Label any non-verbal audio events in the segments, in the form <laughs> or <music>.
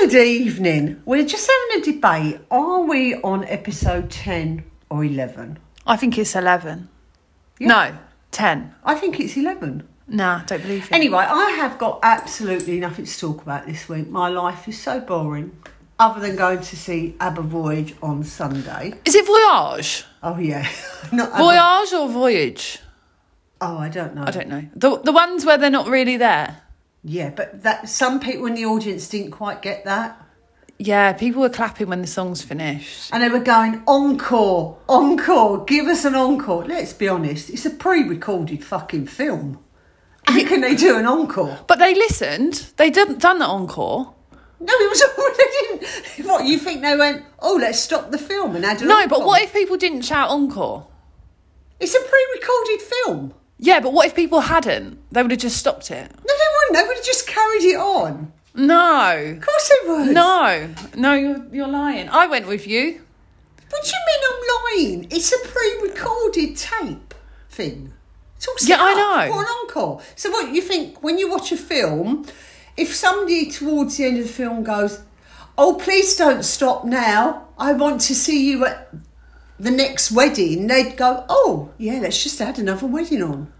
Good evening. We're just having a debate. Are we on episode 10 or 11? I think it's 11. No, 10. I think it's 11. Nah, don't believe you. Anyway, I have got absolutely nothing to talk about this week. My life is so boring, other than going to see ABBA Voyage on Sunday. Is it voyage? Oh, yeah. <laughs> Not ABBA. Voyage or voyage? Oh, I don't know. I don't know. The, the ones where they're not really there. Yeah, but that some people in the audience didn't quite get that. Yeah, people were clapping when the song's finished. And they were going, encore, encore, give us an encore. Let's be honest, it's a pre recorded fucking film. How can they do an encore? But they listened. They didn't done the encore. No, it was <laughs> already. in- What, you think they went, oh, let's stop the film and add an No, encore? but what if people didn't shout encore? It's a pre recorded film. Yeah, but what if people hadn't? They would have just stopped it. No, they wouldn't. They would have just carried it on. No. Of course they would. No. No, you're, you're lying. I went with you. What do you mean I'm lying? It's a pre-recorded tape thing. It's all set Yeah, I up know. for an encore. So what you think when you watch a film, if somebody towards the end of the film goes, "Oh, please don't stop now. I want to see you at the next wedding," they'd go, "Oh, yeah, let's just add another wedding on."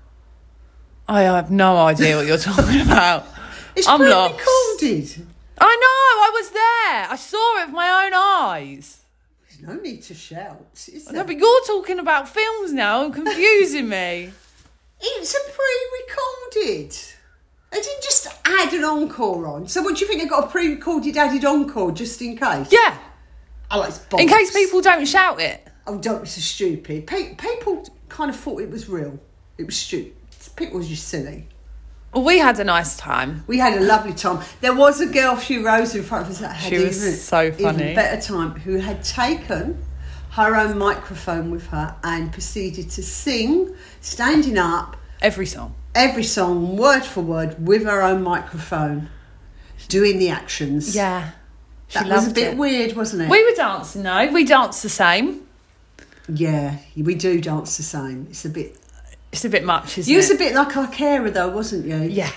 I have no idea what you're <laughs> talking about. It's I'm lost. pre-recorded. I know, I was there. I saw it with my own eyes. There's no need to shout. Is No, there? but you're talking about films now and confusing me. It's a pre-recorded. They didn't just add an encore on. So what do you think they got a pre-recorded added encore just in case? Yeah, Oh, it's bollocks. in case people don't shout it. Oh, don't be so stupid. Pe- people kind of thought it was real. It was stupid. People were just silly. Well, we had a nice time. We had a lovely time. There was a girl a few rows in front of us that had She was even, so funny. even better time who had taken her own microphone with her and proceeded to sing, standing up, Every song. every song word for word with her own microphone doing the actions Yeah. She that was loved a bit it. weird wasn't it We were dancing though. We danced the same. yeah we do dance the same it's a bit It's a bit much, isn't you was it? a bit like our carer though wasn't you yeah.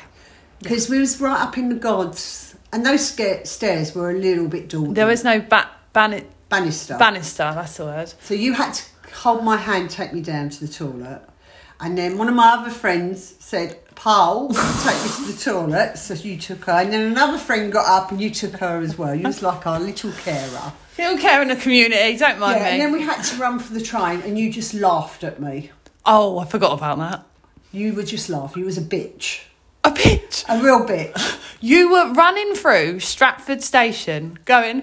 because we was right up in the gods and those sca- stairs were a little bit daunting There was no ba- ban- banister banister, that's the word. So you had to hold my hand, take me down to the toilet. And then one of my other friends said, Paul, <laughs> take me to the toilet. So you took her. And then another friend got up and you took her as well. You was like our little carer. Little care in the community, don't mind Yeah, me. and then we had to run for the train and you just laughed at me. oh, I forgot about that. You were just laughing. You was a bitch. A bitch. A real bitch. You were running through Stratford Station going,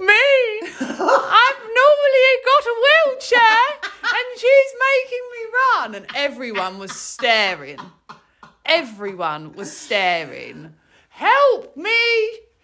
<laughs> me! I've normally got a wheelchair and she's making me run. And everyone was staring. Everyone was staring. Help me!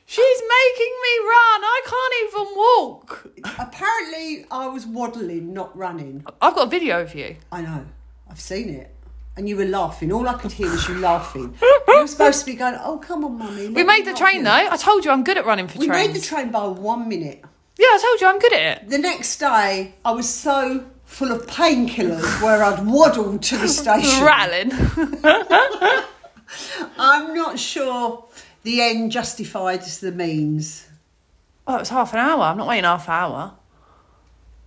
She's making me run. I can't even walk. Apparently, I was waddling, not running. I've got a video of you. I know. I've seen it. And you were laughing. All I could hear was you laughing. You were supposed to be going, oh, come on, mummy. We made the train though. I told you I'm good at running for We trains. made the train by one minute. yeah, I told you I'm good at it. The next day, I was so full of painkillers where I'd waddled to the station. Rattling. <laughs> I'm not sure the end justified the means. oh, it was half an hour. I'm not waiting half an hour.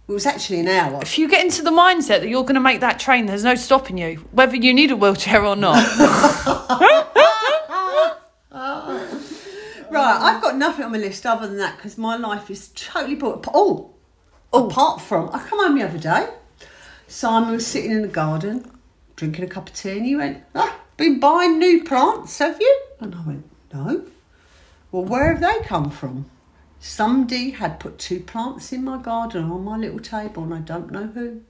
It was actually an hour. If you get into the mindset that you're going to make that train, there's no stopping you, whether you need a wheelchair or not. Right, I've got nothing on my list other than that because my life is totally bored. Oh, apart from, I come home the other day. Simon was sitting in the garden drinking a cup of tea and he went, ah, been buying new plants, have you? And I went, no. Well, where have they come from? Somebody had put two plants in my garden on my little table and I don't know who.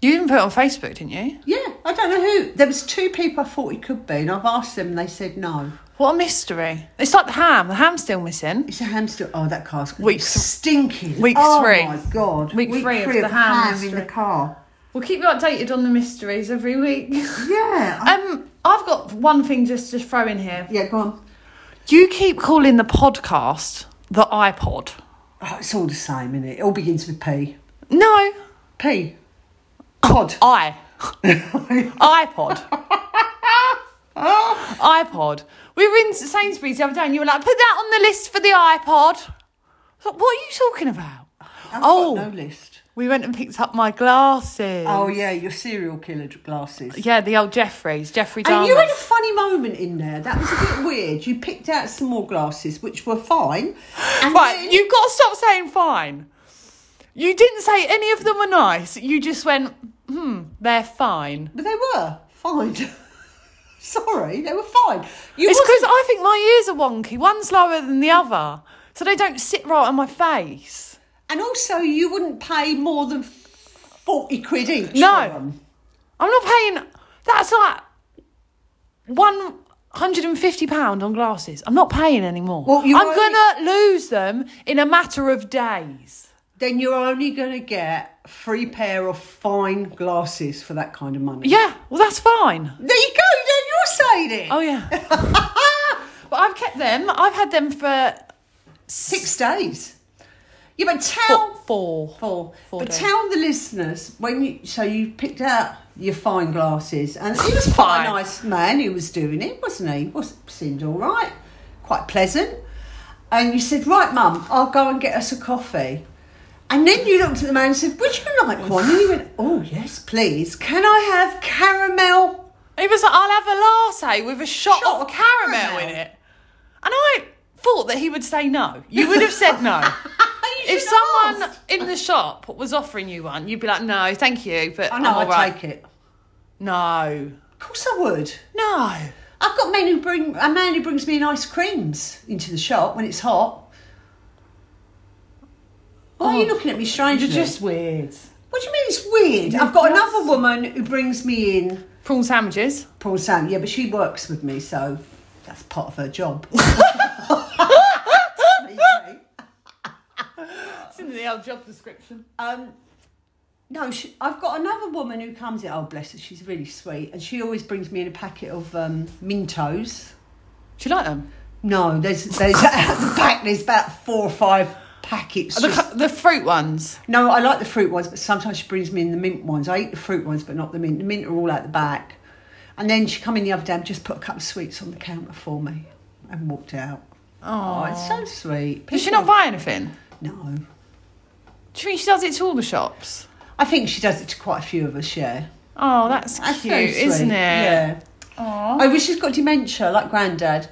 you didn't put it on Facebook, didn't you? Yeah, I don't know who. There was two people I thought it could be and I've asked them and they said no. What a mystery. It's like the ham. The ham's still missing. It's a hamster. Oh, that car's gonna Week be th- stinking. week oh three. my god. Week three of the ham hamster. in the car. We'll keep you updated on the mysteries every week. <laughs> Yeah. I- um, I've got one thing just to throw in here. yeah. Go on. You keep calling the podcast the iPod. Oh, it's all the same, isn't it? It all begins with P. No, <laughs> P. Pod. I. iPod. iPod. We were in Sainsbury's the other day and you were like, put that on the list for the iPod. I was like, what are you talking about? I've oh, got no list. we went and picked up my glasses. Oh yeah, your serial killer glasses. Yeah, the old Jeffreys, Jeffrey Dahmer. And you had a funny moment in there. That was a bit weird. You picked out some more glasses, which were fine. And Right, then- you've got to stop saying fine. You didn't say any of them were nice. You just went, hmm, they're fine. but they were fine. <laughs> Sorry, they were fine. You It's wasn't- because I think my ears are wonky. One's lower than the other. So they don't sit right on my face. and also you wouldn't pay more than forty quid each. No. for 'em. I'm not paying. That's like £150 on glasses. I'm not paying anymore. Well, you I'm only- going to lose them in a matter of days. Then you're only going to get three pair of fine glasses for that kind of money. Yeah, well, that's fine. There you go. Then you're saying it. <laughs> Oh, yeah. but I've kept them. I've had them for Six days. You but tell four. four. Four. Four but days. tell the listeners when you so you picked out your fine glasses, and he was quite a Fine. nice man who was doing it, wasn't he? Was seemed all right, quite pleasant. And you said, "Right, Mum, I'll go and get us a coffee." And then you looked at the man and said, "Would you <laughs> like one?" And he went, "Oh yes, please. Can I have <laughs> caramel?" It was like, I'll have a latte with a shot, Shot of of caramel, caramel. in it. And I thought that he would say no. You would have said <laughs> no. You if should have someone asked. in the shop was offering you one, you'd be like, no, thank you, but I I'm know, all Oh, I'd right. take it. No. Of course, I would. No. I've got men who bring a man who brings me an ice creams into the shop when it's hot. Why are you looking at me strangely? weird. What do you mean it's weird? I've got another woman who brings me in Prawn sandwiches. prawn sandwich. Yeah, but she works with me, so that's part of her job. <laughs> It's in the old job description. um, no, she, I've got another woman who comes in. Oh, bless her, she's really sweet, and she always brings me in a packet of um, Mintos. Do you like them? No, there's there's <laughs> at the back. There's about four or five packets. The, just- cu- the fruit ones. No, I like the fruit ones, but sometimes she brings me in the mint ones. I eat the fruit ones, but not the mint. The mint are all out the back. And then she come in the other day and just put a couple of sweets on the counter for me and walked out. Oh, it's so sweet. Does she not buy anything? No. Do you mean she does it to all the shops? I think she does it to quite a few of us, yeah. Oh, that's, That's cute, very sweet. isn't it? Yeah. Aw. I wish he's got dementia like Grandad.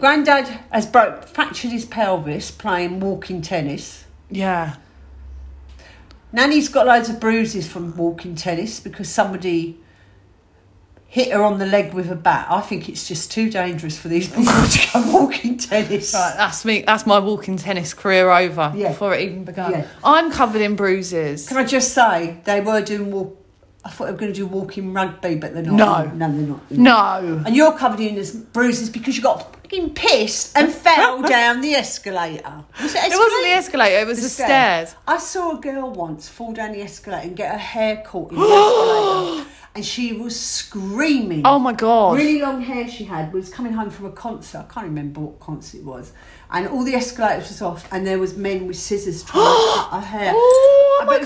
Grandad has broke fractured his pelvis playing walking tennis. Yeah. Nanny's got loads of bruises from walking tennis because somebody hit her on the leg with a bat. I think it's just too dangerous for these <laughs> people to go walking tennis. Right, that's me. That's my walking tennis career over Yeah. before it even began. Yeah. I'm covered in bruises. Can I just say they were doing walk? I thought they were going to do walking rugby, but they're not. No. no, they're not. No. And you're covered in as bruises because you got fucking pissed <laughs> and fell down the escalator. Was it It wasn't the escalator, it was the, stairs. I saw a girl once fall down the escalator and get her hair caught <gasps> in the escalator, and she was screaming. Oh my god. Really long hair she had was coming home from a concert. I can't remember what concert it was, and all the escalators was off, and there was men with scissors trying <gasps> to cut her hair. Oh my but The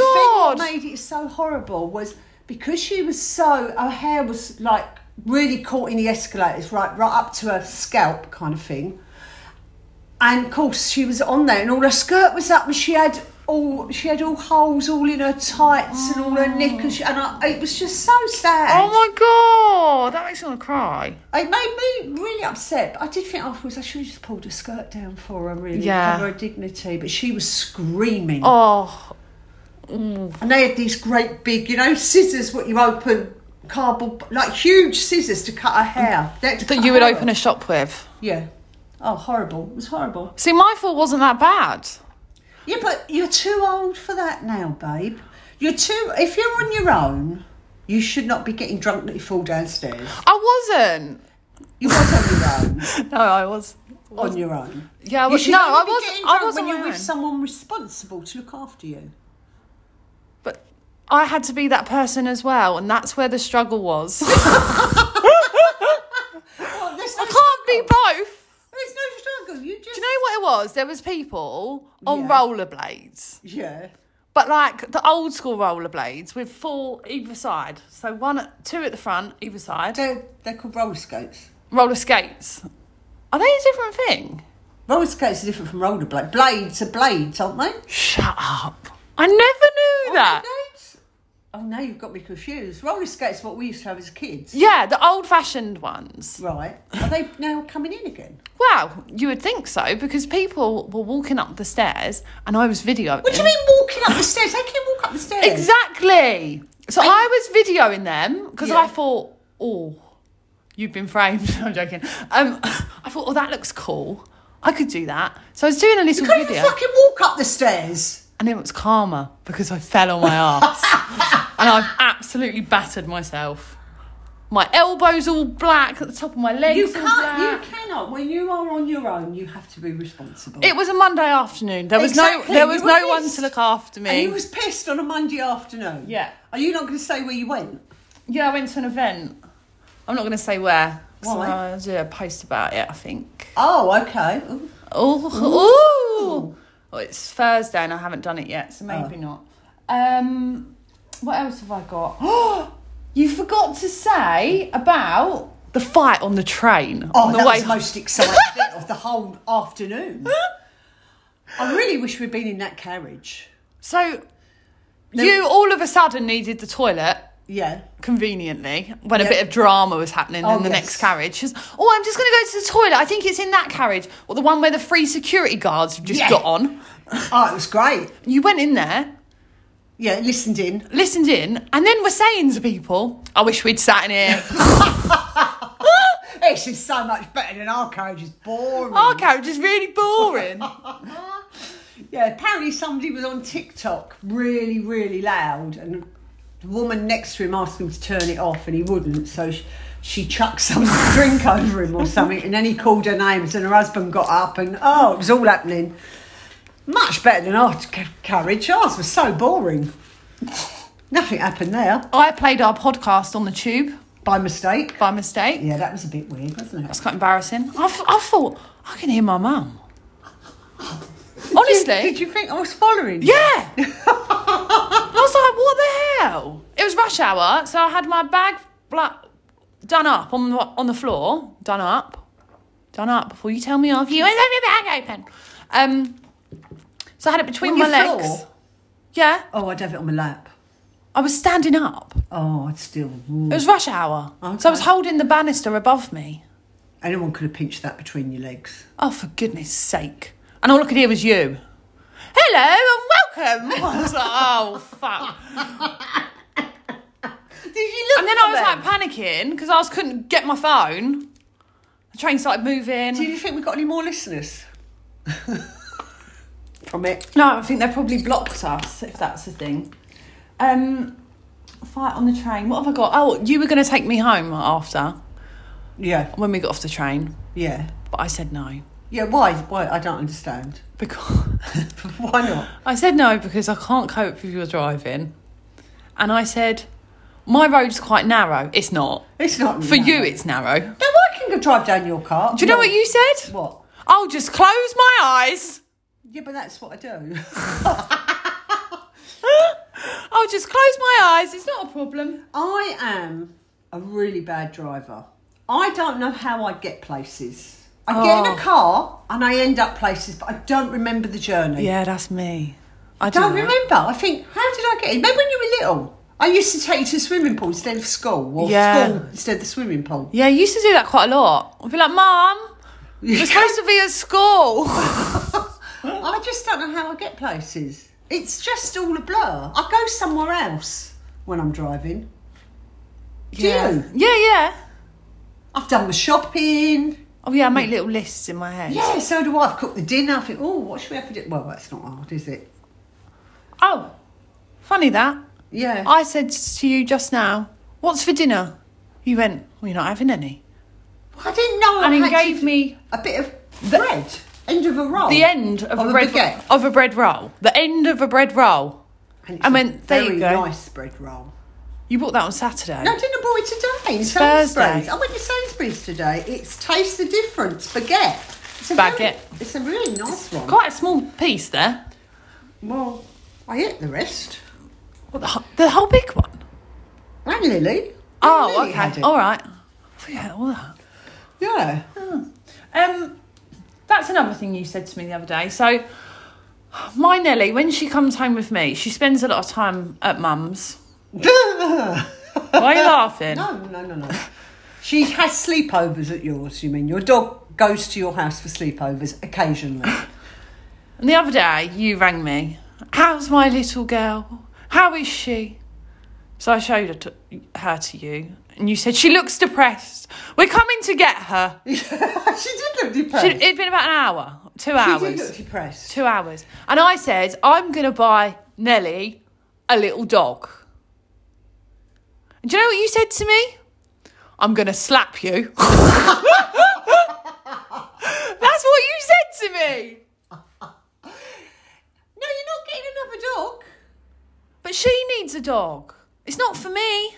thing God. that made it so horrible was because she was so her hair was like really caught in the escalators, right, right up to her scalp kind of thing. And of course, she was on there, and all her skirt was up, and she had all she had all holes all in her tights and all her knickers, and I, it was just so sad. Oh my god. That makes me want to cry. It made me really upset. But I did think afterwards I should have just pulled her skirt down for her, really, Yeah. cover her dignity. But she was screaming, Oh. and they had these great big, you know, scissors. What you open cardboard, like huge scissors to cut her hair. That you would open a shop with. yeah. Oh, horrible! It was horrible. See, my fall wasn't that bad. Yeah, but you're too old for that now, babe. You're too. If you're on your own, you should not be getting drunk that you fall downstairs. I <laughs> You was on your own. wasn't. No, I was. On your own. Yeah, I You was- should no, only I be was- getting I drunk was when on you're my with own. someone responsible to look after you. But I had to be that person as well, and that's where the struggle was. <laughs> I Well, there's <laughs> no can't be both. There's no struggle. You just Do you know what it was? There was people on Yeah. rollerblades. yeah. But like the old school rollerblades with four either side. So one, two at the front, either side. They're they're called roller skates. roller skates. Are they a different thing? Roller skates are different from rollerblades. Blades are blades, aren't they? Shut up. I never knew that. Rollerblades? Oh, now you've got me confused. Roller skates are what we used to have as kids. Yeah, the old fashioned ones. Right. Are they now coming in again? Well, you would think so because people were walking up the stairs and I was videoing. What do you mean walking up the stairs? They can walk up the stairs. Exactly. So I, was videoing them because Yeah. I thought, oh, you've been framed. <laughs> I'm joking. Um, <laughs> I thought, oh, that looks cool. I could do that. So I was doing a little You can't video even fucking walk up the stairs. and it was karma because I fell on my <laughs> ass and I've absolutely battered myself. My elbow's all black at the top of my legs. You all can't. black. You cannot. When you are on your own, you have to be responsible. It was a Monday afternoon. There was Exactly, no there you was were no one pissed. to look after me. and you was pissed on a Monday afternoon. Yeah. Are you not going to say where you went? Yeah, I went to an event. I'm not going to say where. 'cause Why? I'll do a post about it, I think. Oh, okay. Ooh. Oh, ooh. Well, it's Thursday and I haven't done it yet, so maybe not. Um, what else have I got? <gasps> you forgot to say about the fight on the train Oh, on the that way. was the most exciting bit of the whole <laughs> afternoon. I really wish we'd been in that carriage. so you all of a sudden needed the toilet. Yeah. Conveniently, when a Yeah. bit of drama was happening Oh, in the yes. next carriage, She was, oh, I'm just going to go to the toilet. I think it's in that carriage, or the one where the three security guards have just Yeah. got on. Oh, it was great. You went in there, Yeah, listened in. listened in, and then were saying to people, I wish we'd sat in here. <laughs> This is so much better than our carriage. It's boring. Our carriage is really <laughs> boring. Uh-huh. Yeah, apparently somebody was on TikTok really, really loud, and the woman next to him asked him to turn it off, and he wouldn't. So she, she chucked some <laughs> drink over him or something, and then he called her names, and her husband got up, and oh, it was all happening. Much better than our c- carriage. Ours was so boring. Nothing happened there I played our podcast on the tube by mistake. by mistake. Yeah, that was a bit weird, wasn't it? That's quite embarrassing. I, f- I thought, I can hear <laughs> my mum. Honestly. Did you think I was following? you? Yeah. I was like, what the hell? It was rush hour, so I had my bag bla- done up on the, on the floor. Done up. Done up before you tell me off. You always have your bag open. Um, so I had it between On my your legs. floor? Yeah. Oh, I'd have it on my lap. I was standing up. Oh, I'd still. It was rush hour. So I was Okay. holding the banister above me. Anyone could have pinched that between your legs. Oh, for goodness sake. And all I could hear was you. Hello and welcome. <laughs> I was like, oh, fuck. Did you look? And then for I was them? like panicking because I was, couldn't get my phone. The train started Do moving. you think we've got any more <laughs> listeners? From it. No, I think they probably blocked us if that's the thing. Um, fight on the train. What have I got? Oh, you were going to take me home after Yeah, when we got off the train, yeah. but I said no Yeah, why? Why? I don't understand. <laughs> because why not? <laughs> I said no because I can't cope with your driving, and I said my road's quite narrow. It's not It's not for no. you. It's narrow. No, I can go drive down your car. Do you know what you said? What? I'll just close my eyes. Yeah, but that's what I do. <laughs> <laughs> I'll just close my eyes. It's not a problem. I am a really bad driver. I don't know how I get places. I get in Oh. a car and I end up places, but I don't remember the journey. Yeah, that's me. I don't remember. I think, how did I get in? Remember when you were little? I used to take you to the swimming pool instead of school, or Yeah. school instead of the swimming pool. Yeah, you used to do that quite a lot. I'd be like, <laughs> Mum, <laughs> we're supposed to be at school. <laughs> I just don't know how I get places. It's just all a blur. I go somewhere else when I'm driving. Do yeah. you? Yeah, yeah. I've done my shopping. Oh, yeah, I make little lists in my head. Yeah, so do I. I've cooked the dinner. I think, oh, what should we have for dinner? Well, that's not hard, is it? Oh, funny that. Yeah. I said to you just now, What's for dinner? You went, Well, you're not having any. I didn't know. And I he had gave to- me a bit of bread, end of a roll, the end of, a, bread baguette. of a bread roll. The end of a bread roll. And it's I a went, "There you very go." Nice bread roll. You bought that on Saturday. No, I didn't buy it today. It's Thursday. I went to Sainsbury's today. It's taste the difference baguette. It's a Baguette. Very, it's a really nice one. Quite a small piece there. Well, I ate the rest. What, the, whole, the whole big one? And Lily. Oh, Lily had okay. it. All right. Yeah, all that. Yeah. <laughs> Um, that's another thing you said to me the other day. So, my Nelly, when she comes home with me, she spends a lot of time at mum's. no, <laughs> Why are you laughing? no, no, no. She has sleepovers at yours, you mean? Your dog goes to your house for sleepovers occasionally. <laughs> And the other day, you rang me. How's my little girl? How is she? So I showed her to, her to you, and you said she looks depressed. We're coming to get her. she did look She- depressed. It'd been about an hour, two She hours. did look depressed. two hours. And I said, I'm going to buy Nelly a little dog. And do you know what you said to me? I'm going to slap you. <laughs> That's what you said to me. No, you're not getting another dog. But she needs a dog. It's not for me,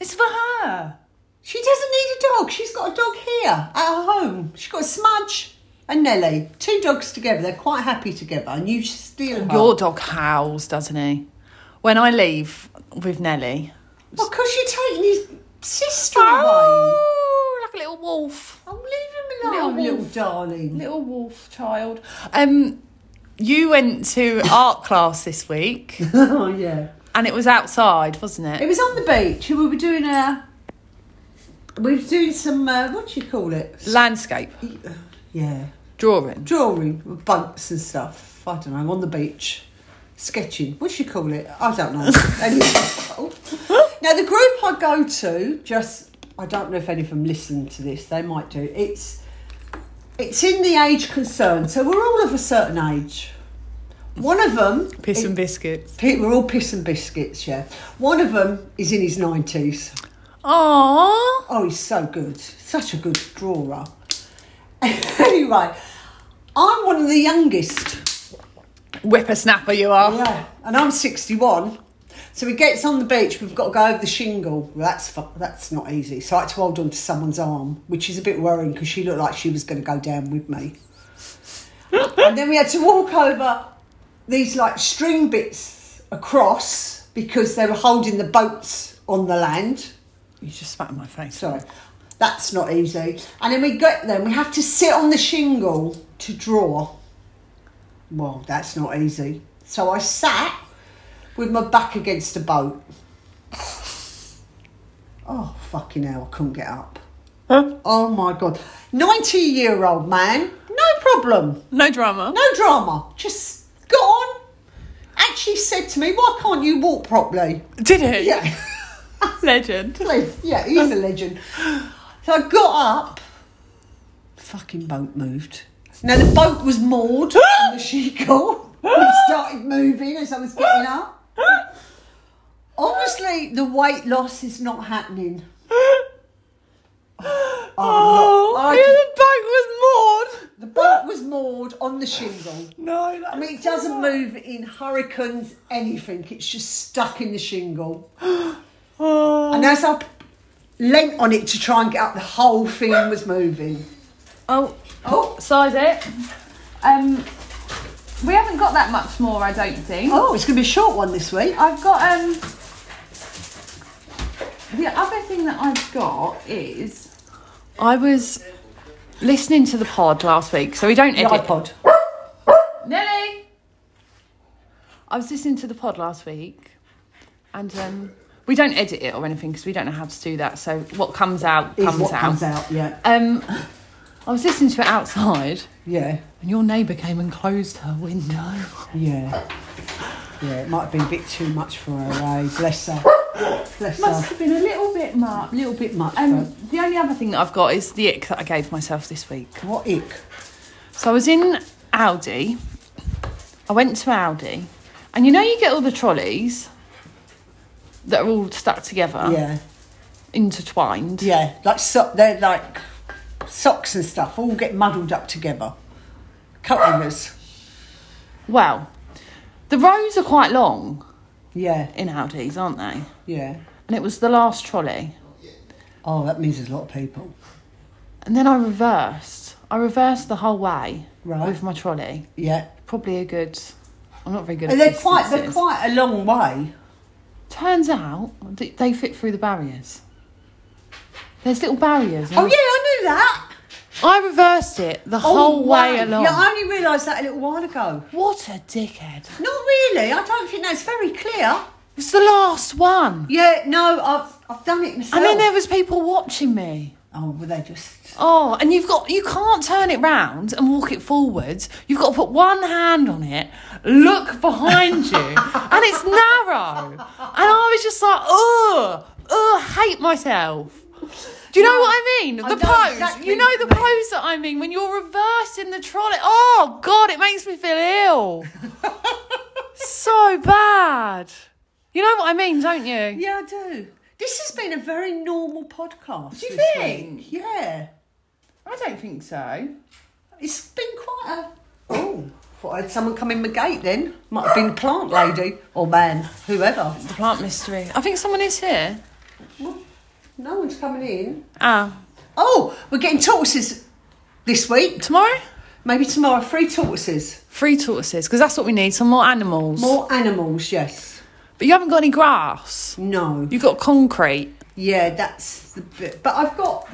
it's for her. She doesn't need a dog. She's got a dog here at her home. She's got Smudge and Nelly. Two dogs together. They're quite happy together. And you steal her. Your dog howls, doesn't he? When I leave with Nelly, Well, because you're taking his sister away. oh, like a little wolf. Oh, leave him alone, Little little, wolf. <laughs> darling. Little wolf child. Um, you went to art class this week, oh, yeah. and it was outside, wasn't It it? was on the beach. and We were doing a. We were doing some. Uh, what do you call it? Landscape Yeah. drawing. Drawing with bunks and stuff. I don't know. On the beach. Sketching. What do you call it? I don't <laughs> know. anyway. oh. Now, the group I go to, just. I don't know if any of them listen to this. They might do. It's. It's in the age concern. So we're all of a certain age. One of them. Piss and biscuits. Pe- We're all piss and biscuits, yeah. One of them is in his 90s. Aww. Oh, he's so good. Such a good drawer. <laughs> anyway, I'm one of the youngest. Whippersnapper you are. Yeah. And I'm 61. So he gets on the beach, we've got to go over the shingle. Well, that's, fu- that's not easy. So I had to hold on to someone's arm, which is a bit worrying because she looked like she was going to go down with me. and then we had to walk over these like string bits across because they were holding the boats on the land. You just spat in my face. Sorry, that's not easy. And then we get them. We have to sit on the shingle to draw. Well, that's not easy. So I sat with my back against a boat. Oh fucking hell! I couldn't get up. Oh my god, ninety-year-old man, no problem. No drama. No drama. Just got on. Actually said to me, why can't you walk properly? Did it? Yeah. <laughs> Legend. yeah, he's a legend. So I got up. Fucking boat moved. Now the boat was moored on the sheagle. It started moving as I was getting up. Obviously, the weight loss is not happening. Oh, I yeah, just- the boat was The boat was moored on the shingle. moored. No, I mean, it doesn't move in hurricanes, anything. It's just stuck in the shingle. Oh. And as I leant on it to try and get up, the whole thing was moving. oh, Oh, size it. Um, we haven't got that much more, I don't think. oh, it's going to be a short one this week. I've got um. The other thing that I've got is I was listening to the pod last week, so we don't The edit. iPod. Nelly. I was listening to the pod last week, and um, we don't edit it or anything because we don't know how to do that. So what comes out Is comes what out. comes out, yeah. Um, I was listening to it outside, Yeah, and your neighbour came and closed her window. yeah. Yeah, it might have been a bit too much for her, eh? Bless her. Bless Must her. have been a little bit much. A little bit much, Um, the only other thing that I've got is the ick that I gave myself this week. but what ick? So I was in Aldi. I went to Aldi, and you know you get all the trolleys that are all stuck together, Yeah, intertwined. yeah. Like, so- they're like socks and stuff all get muddled up together. Cut winners. Well, the rows are quite long Yeah, in Aldi's, aren't they? yeah. And it was the last trolley, Oh, that means there's a lot of people. and then I reversed. I reversed the whole way Right. with my trolley. Yeah. Probably a good. I'm not very good at And they're quite, they're distances. quite a long way. Turns out that they fit through the barriers. There's little barriers. and I Oh, was yeah, I knew that I reversed it the all whole way along. Yeah, I only realised that a little while ago. What a dickhead. Not really. I don't think that's very clear. It's the last one. Yeah, no, I've I've done it myself. And then there was people watching me. oh, well, they just. Oh, and you've got you can't turn it round and walk it forwards. You've got to put one hand on it, look behind you, and it's narrow. And I was just like, ugh, ugh, hate myself. Do you know what I mean? I the know pose. exactly you what know you the pose that I mean when you're reversing the trolley. Oh God, it makes me feel ill. so bad. You know what I mean, don't you? Yeah, I do. This has been a very normal podcast. Do you this think? week. Yeah, I don't think so. it's been quite a. Oh, thought I had someone come in the gate. Then might have been the plant lady or man, whoever. The plant mystery. I think someone is here. No one's coming in. Ah, Oh, we're getting tortoises this week. tomorrow. Maybe tomorrow, three tortoises. Free tortoises, because that's what we need. Some more animals. More animals, yes. But you haven't got any grass. No. You've got concrete. Yeah, that's the bit. But I've got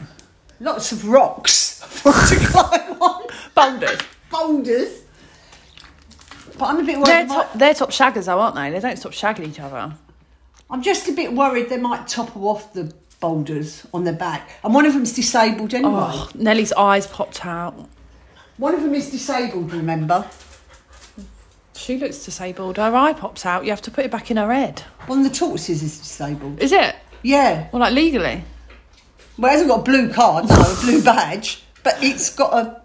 lots of rocks <laughs> to climb on, Boulders. boulders. But I'm a bit worried. they're, they might- top, they're top shaggers, though, aren't they? They don't stop shagging each other. I'm just a bit worried they might topple off the boulders on their back. And one of them's disabled anyway. Oh, Nellie's eyes popped out. One of them is disabled, remember? She looks disabled. Her eye pops out. You have to put it back in her head. One of the tortoises is disabled. Is it? Yeah. Well, like legally. Well, it hasn't got a blue card, no, a blue badge, but it's got a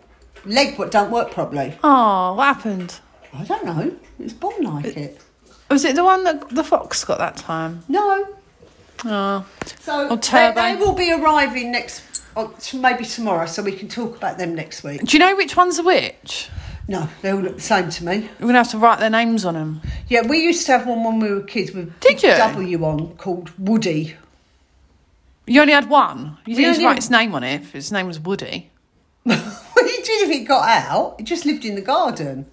leg what don't work properly. Oh, what happened? I don't know. It's born like it. Was it the one that the fox got that time? No. Oh. So Or they, turbo. they will be arriving next, or t- maybe tomorrow, so we can talk about them next week. Do you know which one's which? No, they all look the same to me. We're going to have to write their names on them. Yeah, we used to have one when we were kids with Did big you? W on called Woody. <laughs> You only had one. You We didn't only- write his name on it. if His name was Woody. What he did if it got out, it just lived in the garden.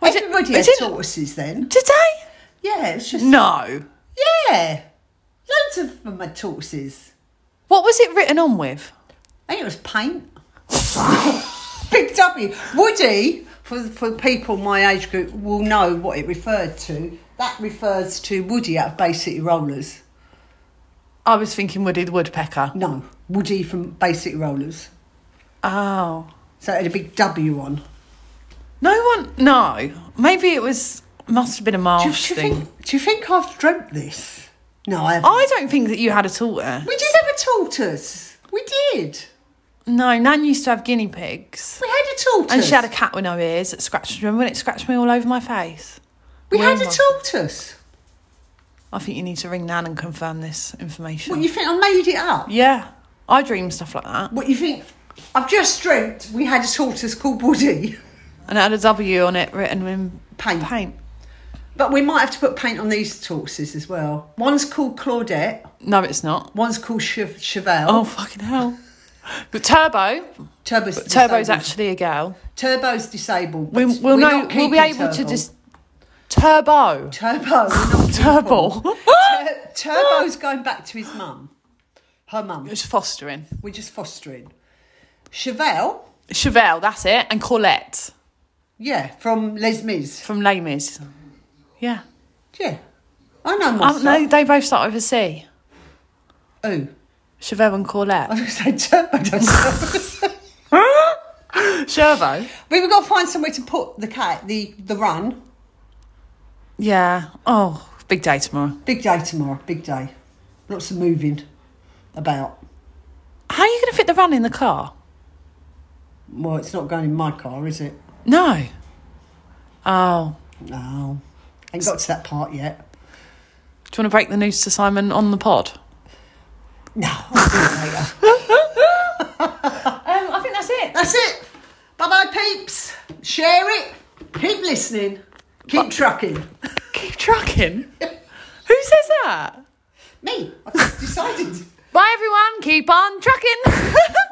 Was it- Everybody was had it- tortoises then. Today? Yeah, it's just No. yeah, loads of them had tortoises. What was it written on with? I think it was paint. <laughs> Big W. Woody, for, for people my age group, will know what it referred to. That refers to Woody out of Bay City Rollers. I was thinking Woody the Woodpecker. No, Woody from Bay City Rollers. Oh. So it had a big W on. No one. No. Maybe it was. Must have been a Do you, marsh do you thing. think, do you think I've dreamt this? No, I haven't. I don't think that you had a tortoise. We did have a tortoise. We did. No, Nan used to have guinea pigs. We had a tortoise. And she had a cat with no ears that scratched me. Remember when it scratched me all over my face? we had a Wilma. tortoise. I think you need to ring Nan and confirm this information. What, you think I made it up? yeah. I dream stuff like that. What, you think? I've just dreamt we had a tortoise called Woody. And it had a W on it written in Paint. paint. But we might have to put paint on these tortoises as well. One's called Claudette, No, it's not. one's called Chev- Chevelle. Oh fucking hell! But Turbo, Turbo's Turbo's disabled. actually a girl. Turbo's disabled. We, but we'll we're know. not We'll be keeping able to Turbo. just Turbo. Turbo, we're not <laughs> Turbo. <laughs> keeping- Tur- Turbo's going back to his mum. Her mum. It's fostering. We're just fostering. Chevelle, Chevelle, that's it, and Colette yeah, from Les Mis. from Les Mis. Yeah, Yeah. I know my um, they, they both start with a C. Oh. Chevelle and I Colette. was going to say turbo. does- <laughs> <laughs> Chervo. But We've got to find somewhere to put the cat, the, the run. Yeah. Oh, big day tomorrow. Big day tomorrow, big day. Lots of moving about. How are you going to fit the run in the car? Well, it's not going in my car, is it? No. Oh. No. Ain't got to that part yet. Do you want to break the news to Simon on the pod? No, <laughs> I'll do it later. Um, I think that's it. That's it. Bye bye, peeps. Share it. Keep listening. Keep trucking. <laughs> Keep trucking. Who says that? Me, I've decided. Bye everyone, keep on trucking. <laughs>